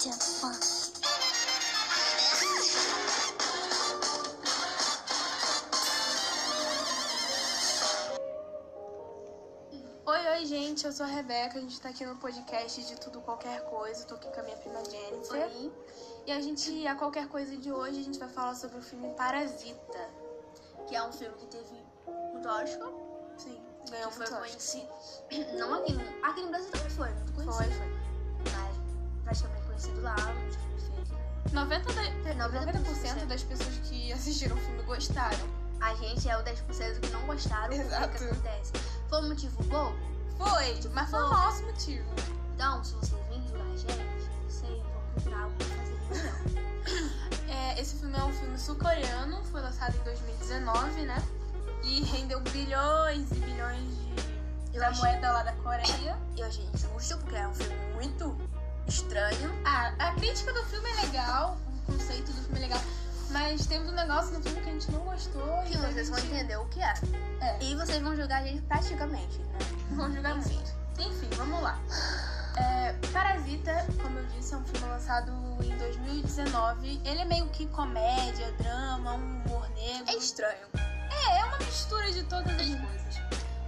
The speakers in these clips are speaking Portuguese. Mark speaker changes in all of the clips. Speaker 1: Tia Fã.
Speaker 2: Oi, oi, gente. Eu sou a Rebeca. A gente tá aqui no podcast de Tudo Qualquer Coisa. Eu tô aqui com a minha prima Jennifer.
Speaker 1: Oi.
Speaker 2: E a gente, a qualquer coisa de hoje, a gente vai falar sobre o filme Parasita.
Speaker 1: Que é um filme que teve muito Oscar.
Speaker 2: Sim,
Speaker 1: Que
Speaker 2: ganhou
Speaker 1: foi
Speaker 2: muito Oscar.
Speaker 1: conhecido. Não aqui, no- aqui no Brasil também foi, muito
Speaker 2: Foi,
Speaker 1: conhecido.
Speaker 2: foi.
Speaker 1: Mas praticamente conhecido lá, muito feito, né?
Speaker 2: 90%, da-
Speaker 1: 90%
Speaker 2: 90 das pessoas que assistiram o filme gostaram.
Speaker 1: A gente é o 10% que não gostaram, o que
Speaker 2: Exato.
Speaker 1: acontece. Foi um motivo bom?
Speaker 2: Foi, mas foi o
Speaker 1: Foi.
Speaker 2: nosso motivo.
Speaker 1: Então, se vocês virem a gente, vocês vão procurar algo pra fazer melhor.
Speaker 2: É, esse filme é um filme sul-coreano, foi lançado em 2019, né? E rendeu bilhões e bilhões de...
Speaker 1: Eu
Speaker 2: da
Speaker 1: achei-
Speaker 2: moeda lá da Coreia.
Speaker 1: E a gente gostou porque é um filme muito estranho.
Speaker 2: Ah, a crítica do filme é legal, o conceito do filme é legal, mas temos um negócio no filme que a gente não gostou
Speaker 1: Que
Speaker 2: então a
Speaker 1: vocês vão
Speaker 2: gente
Speaker 1: entender o que é.
Speaker 2: É.
Speaker 1: E vocês vão julgar a gente praticamente, né?
Speaker 2: vão julgar
Speaker 1: Enfim.
Speaker 2: muito. Enfim, vamos lá. É, Parasita, como eu disse, é um filme lançado em 2019. Ele é meio que comédia, drama, um humor negro.
Speaker 1: É estranho.
Speaker 2: uma mistura de todas as coisas.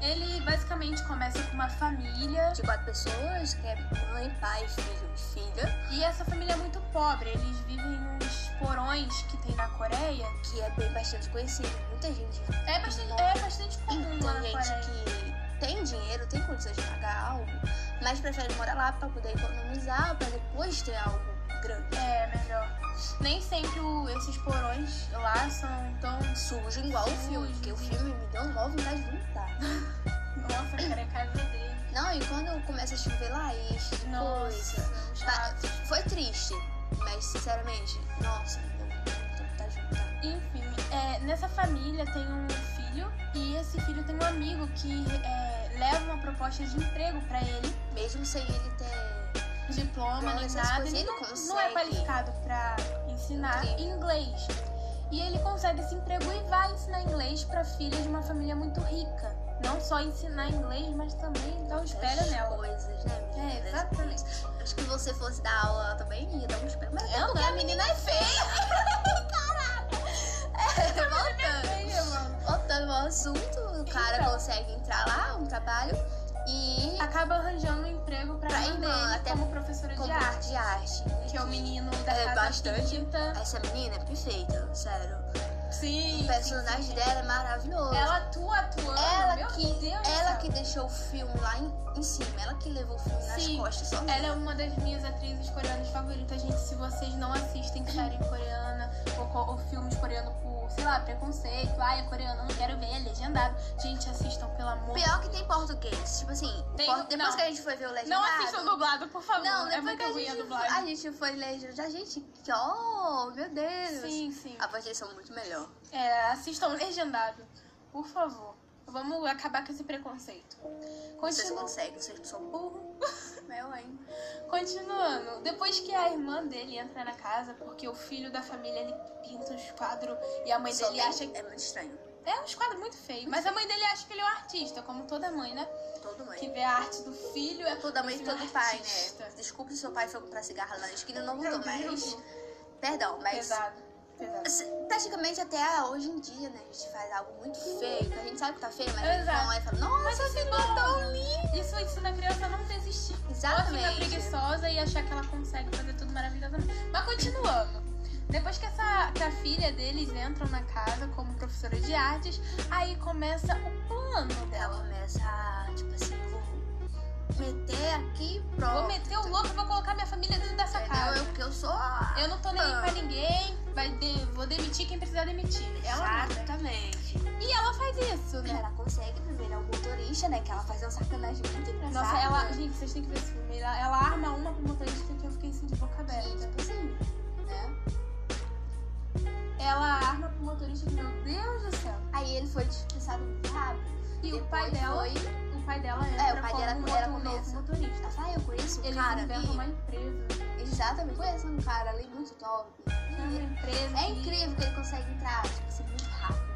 Speaker 1: É.
Speaker 2: Ele basicamente começa com uma família
Speaker 1: De quatro pessoas, que é mãe, pai, filho e filha,
Speaker 2: e essa família é muito pobre. Eles vivem nos porões que tem na Coreia.
Speaker 1: que é bem bastante conhecido. Muita gente.
Speaker 2: É bastante, é bastante comum lá na
Speaker 1: Tem
Speaker 2: Coreia.
Speaker 1: Então, gente que tem dinheiro, tem condições de pagar algo, mas prefere morar lá pra poder economizar, pra depois ter algo grande.
Speaker 2: É, melhor. Nem sempre o- esses porões lá são tão.
Speaker 1: Sujo igual o filme,
Speaker 2: Sujo.
Speaker 1: porque o filme me deu uma vontade de vomitar.
Speaker 2: Nossa, cara, é casa dele.
Speaker 1: Não, e quando começa a chover lá, e enche de coisa.
Speaker 2: Nossa, chato.
Speaker 1: Foi triste, mas sinceramente, nossa, me deu muita vontade de vomitar.
Speaker 2: Enfim, é, nessa família tem um filho e esse filho tem um amigo que é, leva uma proposta de emprego pra ele, um
Speaker 1: Mesmo sem ele ter.
Speaker 2: diploma
Speaker 1: Não,
Speaker 2: nem
Speaker 1: essas
Speaker 2: nada.
Speaker 1: coisas
Speaker 2: Ele
Speaker 1: ele
Speaker 2: não, não é
Speaker 1: consegue.
Speaker 2: qualificado pra ensinar
Speaker 1: Sim.
Speaker 2: inglês. E ele consegue esse emprego e vai ensinar inglês pra filha de uma família muito rica. Não só ensinar inglês, mas também dar um espelho
Speaker 1: essas
Speaker 2: nela.
Speaker 1: coisas, né?
Speaker 2: É,
Speaker 1: meninas?
Speaker 2: exatamente.
Speaker 1: Acho que você fosse dar aula ela também ia dar um espelho. Mas
Speaker 2: Eu
Speaker 1: é porque
Speaker 2: não.
Speaker 1: a menina é feia. Caralho. É,
Speaker 2: né, Feia, mano.
Speaker 1: voltando, voltando ao assunto, o cara
Speaker 2: Então.
Speaker 1: consegue entrar lá, um trabalho, e
Speaker 2: Acaba arranjando um emprego pra,
Speaker 1: Pra
Speaker 2: irmã
Speaker 1: irmã,
Speaker 2: dele
Speaker 1: até
Speaker 2: como professora de
Speaker 1: comprar
Speaker 2: arte.
Speaker 1: de arte.
Speaker 2: Que é o menino da
Speaker 1: É,
Speaker 2: casa
Speaker 1: bastante.
Speaker 2: Pinta.
Speaker 1: Essa menina é perfeita, sério.
Speaker 2: Sim.
Speaker 1: O personagem
Speaker 2: sim, sim.
Speaker 1: dela é maravilhoso.
Speaker 2: Ela atua atuando.
Speaker 1: Ela
Speaker 2: meu
Speaker 1: que,
Speaker 2: Deus do
Speaker 1: ela
Speaker 2: céu.
Speaker 1: que deixou o filme lá em, em cima, ela que levou o filme nas
Speaker 2: Sim.
Speaker 1: costas só.
Speaker 2: Ela é uma das minhas atrizes coreanas favoritas, gente. Se vocês não assistem série coreana ou, co- ou filmes coreanos por, sei lá, preconceito, ai, é coreano, não quero ver, é legendado. Gente, assistam, pelo amor de
Speaker 1: Pior que tem português. Tipo assim,
Speaker 2: Tem-
Speaker 1: por- depois
Speaker 2: não.
Speaker 1: que a gente foi ver o
Speaker 2: Não
Speaker 1: legendado...
Speaker 2: assistam dublado, por favor.
Speaker 1: Não,
Speaker 2: é
Speaker 1: depois
Speaker 2: muito
Speaker 1: que a
Speaker 2: ruim a
Speaker 1: gente,
Speaker 2: dublagem.
Speaker 1: a gente foi ler a gente, que, oh, meu Deus.
Speaker 2: Sim, sim.
Speaker 1: A voz deles são muito melhor.
Speaker 2: É, assistam legendado, por favor. Vamos acabar com esse preconceito.
Speaker 1: Vocês
Speaker 2: Continu-
Speaker 1: conseguem, vocês não são burro. Meu, hein?
Speaker 2: Continuando, depois que a irmã dele entra na casa, porque o filho da família ele pinta uns quadros e a mãe
Speaker 1: Só
Speaker 2: dele
Speaker 1: tem-
Speaker 2: acha que.
Speaker 1: É muito estranho.
Speaker 2: É uns quadros muito feios, mas a mãe dele acha que ele é um artista, como toda mãe, né?
Speaker 1: Todo mãe.
Speaker 2: Que vê a arte do filho é
Speaker 1: Toda mãe e
Speaker 2: filho é um
Speaker 1: todo pai,
Speaker 2: artista.
Speaker 1: né? Desculpe se seu pai foi comprar cigarro lá na esquina, não
Speaker 2: Meu
Speaker 1: voltou mais.
Speaker 2: Deus.
Speaker 1: Perdão, mas...
Speaker 2: Pesado, pesado.
Speaker 1: se- Praticamente até hoje em dia, né? A gente faz algo muito feio, que a gente sabe que tá feio, mas a gente
Speaker 2: Exato.
Speaker 1: vai lá e fala, nossa,
Speaker 2: Mas
Speaker 1: esse tá
Speaker 2: assim,
Speaker 1: botão
Speaker 2: Isso ensina a criança a não desistir. Ela fica
Speaker 1: Exatamente.
Speaker 2: preguiçosa e achar que ela consegue fazer tudo maravilhosamente. Mas continuando. Depois que, essa, que a filha deles entram na casa como professora de artes, aí começa o plano
Speaker 1: Ela
Speaker 2: dela.
Speaker 1: começa a, tipo assim, eu vou meter aqui pronto.
Speaker 2: Vou meter o louco e vou colocar minha família dentro dessa
Speaker 1: Entendeu? Eu,
Speaker 2: casa.
Speaker 1: porque É, eu sou
Speaker 2: Eu não tô nem aí pra ninguém, vai de- vou demitir quem precisar demitir. Ela manda.
Speaker 1: Exatamente.
Speaker 2: E ela faz isso, né?
Speaker 1: né? Tipo, Ela consegue primeiro ao motorista, né? Que ela faz uma sacanagem muito engraçada.
Speaker 2: Nossa, ela. Gente, vocês têm que ver esse filme. Ela, ela arma uma pro motorista que eu fiquei assim de boca
Speaker 1: Que,
Speaker 2: aberta.
Speaker 1: tipo assim, né?
Speaker 2: Ela arma pro motorista que, meu Deus do céu.
Speaker 1: Aí ele foi dispensado muito rápido.
Speaker 2: E o
Speaker 1: Depois
Speaker 2: pai dela.
Speaker 1: Foi,
Speaker 2: O pai dela entra
Speaker 1: É, o pai
Speaker 2: como
Speaker 1: dela-
Speaker 2: um
Speaker 1: ela
Speaker 2: motor-
Speaker 1: começa.
Speaker 2: novo motorista.
Speaker 1: ela fala, ah, eu conheço um
Speaker 2: Eles
Speaker 1: cara ali.
Speaker 2: inventam uma empresa.
Speaker 1: Exatamente. Conheço um cara ali muito top.
Speaker 2: É uma empresa.
Speaker 1: É
Speaker 2: que-
Speaker 1: incrível que ele consegue entrar, tipo assim, muito rápido.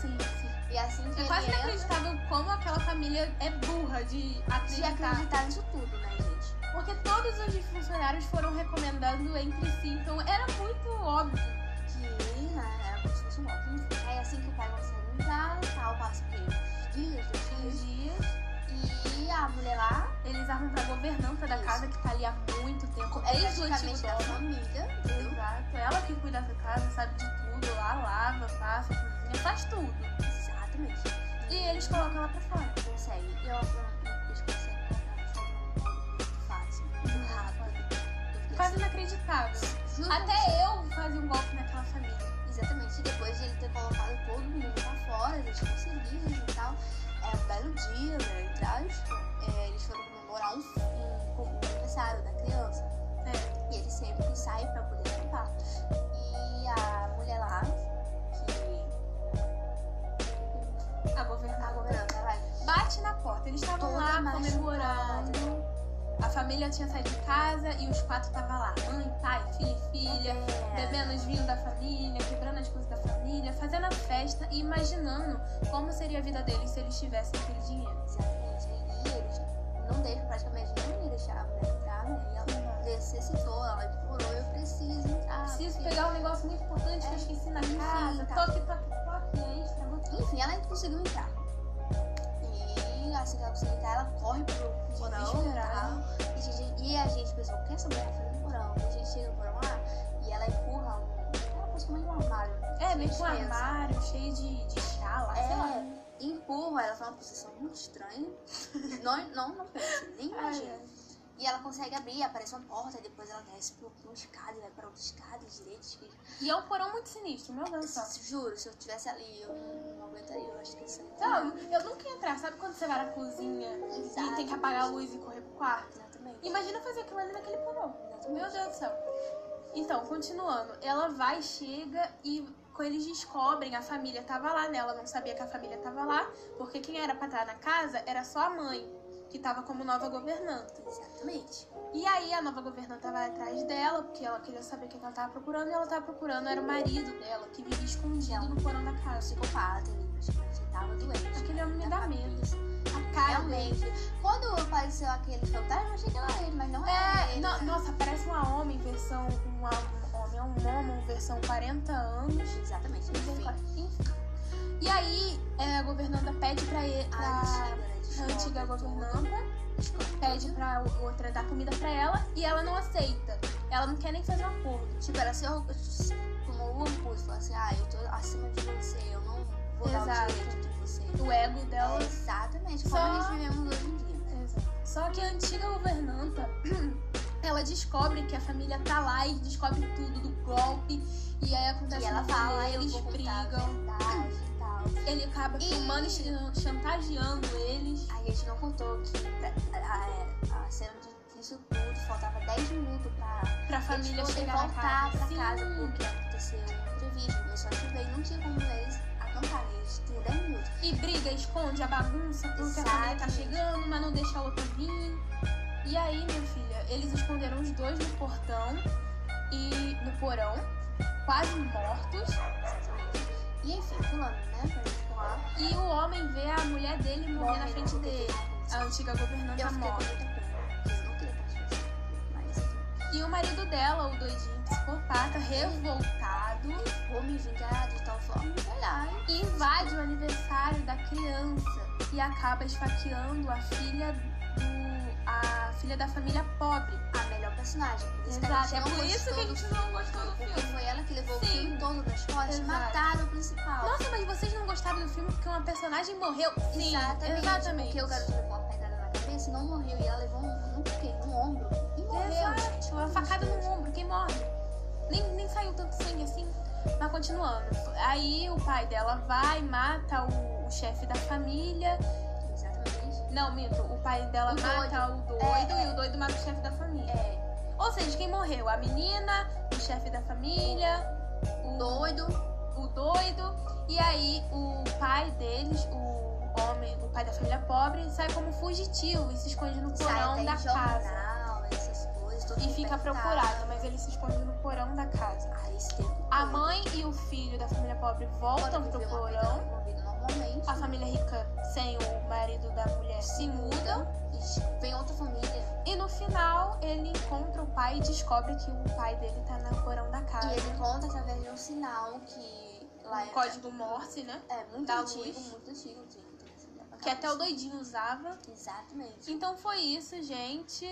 Speaker 2: Sim, sim.
Speaker 1: E assim que
Speaker 2: É
Speaker 1: ele
Speaker 2: quase
Speaker 1: entra,
Speaker 2: inacreditável como aquela família é burra de
Speaker 1: de
Speaker 2: acreditar.
Speaker 1: acreditar nisso tudo, né, gente?
Speaker 2: Porque todos os funcionários cenários foram recomendando entre si. Então era muito óbvio.
Speaker 1: Que né, era como se fosse um óculos. Aí assim que o pai consegue entrar, tal, passa o quê? Uns dias, dois
Speaker 2: Um
Speaker 1: dias.
Speaker 2: dia
Speaker 1: E a mulher lá,
Speaker 2: eles armam pra governança da
Speaker 1: Isso.
Speaker 2: casa que tá ali há muito tempo.
Speaker 1: é
Speaker 2: Desde o antigo
Speaker 1: praticamente da
Speaker 2: dono.
Speaker 1: família, entendeu?
Speaker 2: Exato. Ela que cuida da casa, sabe de tudo. Lá lava, passa, cozinha, faz tudo.
Speaker 1: Exatamente.
Speaker 2: E eles colocam ela pra fora.
Speaker 1: consegue. E eu eles conseguem comprar de forma muito fácil, muito rápido. Eu fiquei
Speaker 2: Quase inacreditável.
Speaker 1: assim, juro pra
Speaker 2: Até eu fazia um golpe naquela família.
Speaker 1: Exatamente, depois de ele ter colocado todo mundo pra fora, eles conseguiram e tal. É um belo dia, né? E tal, é, eles foram comemorar um, um, um aniversário da criança.
Speaker 2: É.
Speaker 1: E ele sempre sai pra poder acampar. E a mulher lá, que
Speaker 2: A
Speaker 1: a
Speaker 2: governança.
Speaker 1: governanta né, vai
Speaker 2: Bate na porta. Eles estavam
Speaker 1: toda
Speaker 2: lá
Speaker 1: machucada.
Speaker 2: comemorando. A família tinha saído de casa e os quatro estavam lá. Mãe, pai, filho e filha.
Speaker 1: É.
Speaker 2: Bebendo os vinhos da família, quebrando as coisas da família, fazendo a festa e imaginando como seria a vida deles se eles tivessem aquele dinheiro.
Speaker 1: Exatamente. E eles não deixam praticamente não me deixar a mulher entrar, né? E ela necessitou, ela implorou, eu preciso entrar.
Speaker 2: Preciso
Speaker 1: porque-
Speaker 2: pegar um negócio muito importante que eu
Speaker 1: É.
Speaker 2: esqueci na
Speaker 1: Enfim,
Speaker 2: casa.
Speaker 1: tá.
Speaker 2: Toque, toque, toque. é E aí, estragou tudo.
Speaker 1: Enfim, ela conseguiu entrar. E assim que ela conseguiu entrar, ela corre pro porão e
Speaker 2: Desesperada.
Speaker 1: tal. E a gente, e a gente pensou, o que essa mulher tá fazendo no porão? E a gente chega no porão lá e ela empurra um. Ela passa um armário.
Speaker 2: É, meio
Speaker 1: Eles
Speaker 2: com um
Speaker 1: pensam.
Speaker 2: armário cheio de, de chá lá, sei lá.
Speaker 1: É, empurra, ela tá numa posição muito estranha. não, não, não pense, nem imagina.
Speaker 2: Ai,
Speaker 1: E ela consegue abrir, aparece uma porta, e depois ela desce pro, pro escada, e vai pra outra escada, direita, esquerda.
Speaker 2: E é um porão muito sinistro, meu Deus do céu.
Speaker 1: Eu Juro, se eu tivesse ali, eu não, não aguentaria, eu acho que isso é
Speaker 2: Então, eu nunca ia entrar. Sabe quando você vai na cozinha e tem que apagar a luz e correr pro quarto?
Speaker 1: Exatamente.
Speaker 2: Imagina fazer aquilo ali naquele porão. Meu
Speaker 1: Exatamente.
Speaker 2: Deus do céu. Então, continuando. Ela vai, chega e quando eles descobrem, a família tava lá, né? Ela não sabia que a família tava lá, porque quem era pra estar na casa era só a mãe, que tava como nova governanta.
Speaker 1: Exatamente.
Speaker 2: E aí a nova governanta vai atrás dela, porque ela queria saber quem ela tava procurando, e ela tava procurando era o marido dela, que vivia escondido no porão da
Speaker 1: Um
Speaker 2: casa.
Speaker 1: psicopata, ele praticamente tava doente.
Speaker 2: Aquele é um homem me dá medo. A cara né? dele.
Speaker 1: Realmente. Quando apareceu aquele fantasma, eu achei que era ele, mas não era
Speaker 2: É,
Speaker 1: ele.
Speaker 2: no-
Speaker 1: né?
Speaker 2: nossa, parece uma homem versão. Uma, um homem, é um homem, versão 40 anos.
Speaker 1: Exatamente. Enfim.
Speaker 2: Enfim. E aí, é, a governanta pede pra ele.
Speaker 1: A
Speaker 2: Pra...
Speaker 1: antiga, né?
Speaker 2: A
Speaker 1: descobre
Speaker 2: antiga
Speaker 1: tudo.
Speaker 2: governanta
Speaker 1: Descobre
Speaker 2: pede
Speaker 1: tudo.
Speaker 2: pra o- outra dar comida pra ela e ela não aceita. Ela não quer nem fazer um acordo.
Speaker 1: Tipo, ela se arro- tomou o ampulso, falou assim, ah, eu tô acima de você, eu não vou dar
Speaker 2: Exato.
Speaker 1: o direito de você.
Speaker 2: O ego dela.
Speaker 1: É, exatamente,
Speaker 2: Só-
Speaker 1: como nós vivemos hoje em dia.
Speaker 2: Só que a antiga governanta, ela descobre que a família tá lá e descobre tudo do golpe. E aí acontece
Speaker 1: E ela
Speaker 2: um
Speaker 1: fala,
Speaker 2: rolê,
Speaker 1: eu
Speaker 2: eles
Speaker 1: vou contar a
Speaker 2: brigam.
Speaker 1: verdade e tal.
Speaker 2: Ele acaba
Speaker 1: Ih.
Speaker 2: filmando, e chantageando eles.
Speaker 1: A gente não contou que a, é, a- a- a cena de isso tudo faltava 10 minutos pra
Speaker 2: Pra família
Speaker 1: eles poderem
Speaker 2: chegar na
Speaker 1: voltar
Speaker 2: casa.
Speaker 1: pra casa
Speaker 2: Sim.
Speaker 1: porque aconteceu um imprevisto, começou a chover e não tinha como eles acamparem, eles tinham 10 minutos.
Speaker 2: E briga, esconde a bagunça porque a família tá
Speaker 1: Exatamente.
Speaker 2: chegando, mas não deixa a outra vir. E aí, minha filha, eles esconderam os dois no portão e no porão, quase mortos.
Speaker 1: Exatamente. E enfim, pulando, né, pra gente pular.
Speaker 2: E o homem vê a mulher dele morrer na frente dele. tá A antiga
Speaker 1: né? Eu
Speaker 2: governanta
Speaker 1: fiquei com
Speaker 2: morre.
Speaker 1: muita pena, porque eu não queria estar assistindo, mas assim, enfim.
Speaker 2: E o marido dela, o doidinho psicopata, revoltado,
Speaker 1: Vou me vingar de tal forma, é sei lá, hein?
Speaker 2: invade o aniversário da criança e acaba esfaqueando a filha do. a filha da família pobre.
Speaker 1: a melhor personagem. Por isso
Speaker 2: Exato,
Speaker 1: que
Speaker 2: é
Speaker 1: a gente não
Speaker 2: por isso que a
Speaker 1: gostou do
Speaker 2: gente não gostou do
Speaker 1: Porque
Speaker 2: filme.
Speaker 1: foi ela que levou
Speaker 2: Sim.
Speaker 1: o filme todo na escola e
Speaker 2: Exato.
Speaker 1: mataram o principal.
Speaker 2: Nossa, mas vocês não gostaram do filme porque uma personagem morreu? Sim,
Speaker 1: exatamente.
Speaker 2: exatamente.
Speaker 1: Porque o garoto levou uma pedrada na cabeça e não morreu. E ela levou um, um quê? Um ombro. E morreu. Tipo,
Speaker 2: Exato, uma facada no ombro, quem morre? Nem, nem saiu tanto sangue assim. Mas continuando. Aí o pai dela vai, mata o, o chefe da família.
Speaker 1: Exatamente.
Speaker 2: Não, minto, o pai dela
Speaker 1: O
Speaker 2: mata o doido
Speaker 1: É,
Speaker 2: e o doido mata o chefe da família.
Speaker 1: É,
Speaker 2: Ou seja, quem morreu? A menina, o chefe da família, o
Speaker 1: doido.
Speaker 2: o doido. E aí o pai deles, o homem, o pai da família pobre, sai como fugitivo e se esconde no
Speaker 1: Sai
Speaker 2: porão
Speaker 1: até
Speaker 2: da
Speaker 1: em
Speaker 2: casa.
Speaker 1: jornal, essas coisas. Todo
Speaker 2: e fica procurado, mas ele se esconde no porão da casa.
Speaker 1: Ah, esse tempo.
Speaker 2: A mãe e o filho da família pobre voltam pro porão.
Speaker 1: Normalmente.
Speaker 2: A família rica, sem o marido da mulher, se mudam.
Speaker 1: E vem outra família.
Speaker 2: E no final, ele encontra o pai e descobre que o pai dele tá no porão da casa.
Speaker 1: E ele encontra através de um sinal que lá
Speaker 2: Um código Morse, né?
Speaker 1: é, é muito
Speaker 2: da
Speaker 1: antigo,
Speaker 2: luz.
Speaker 1: muito antigo, gente. então, assim,
Speaker 2: Que até o doidinho usava.
Speaker 1: Exatamente.
Speaker 2: Então foi isso, gente.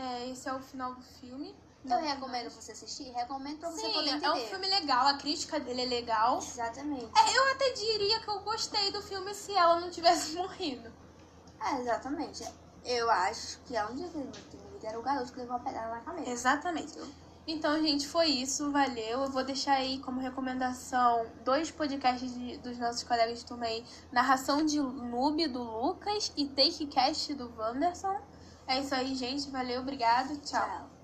Speaker 2: É, esse é o final do filme.
Speaker 1: Então, é Eu recomendo você assistir, recomendo pra você poder
Speaker 2: é Sim,
Speaker 1: entender.
Speaker 2: é um filme legal, a crítica dele é legal.
Speaker 1: Exatamente.
Speaker 2: Eu até diria que eu gostei do filme se ela não tivesse morrido.
Speaker 1: É, exatamente. Eu acho que a única coisa que me era o garoto que levou a pedra na cabeça.
Speaker 2: Exatamente. Então, gente, foi isso. Valeu. Eu vou deixar aí como recomendação dois podcasts de- dos nossos colegas de turma aí. Narração de Noob, do Lucas, e Takecast, do Wanderson. É isso aí, gente. Valeu, obrigado. Tchau.
Speaker 1: Tchau.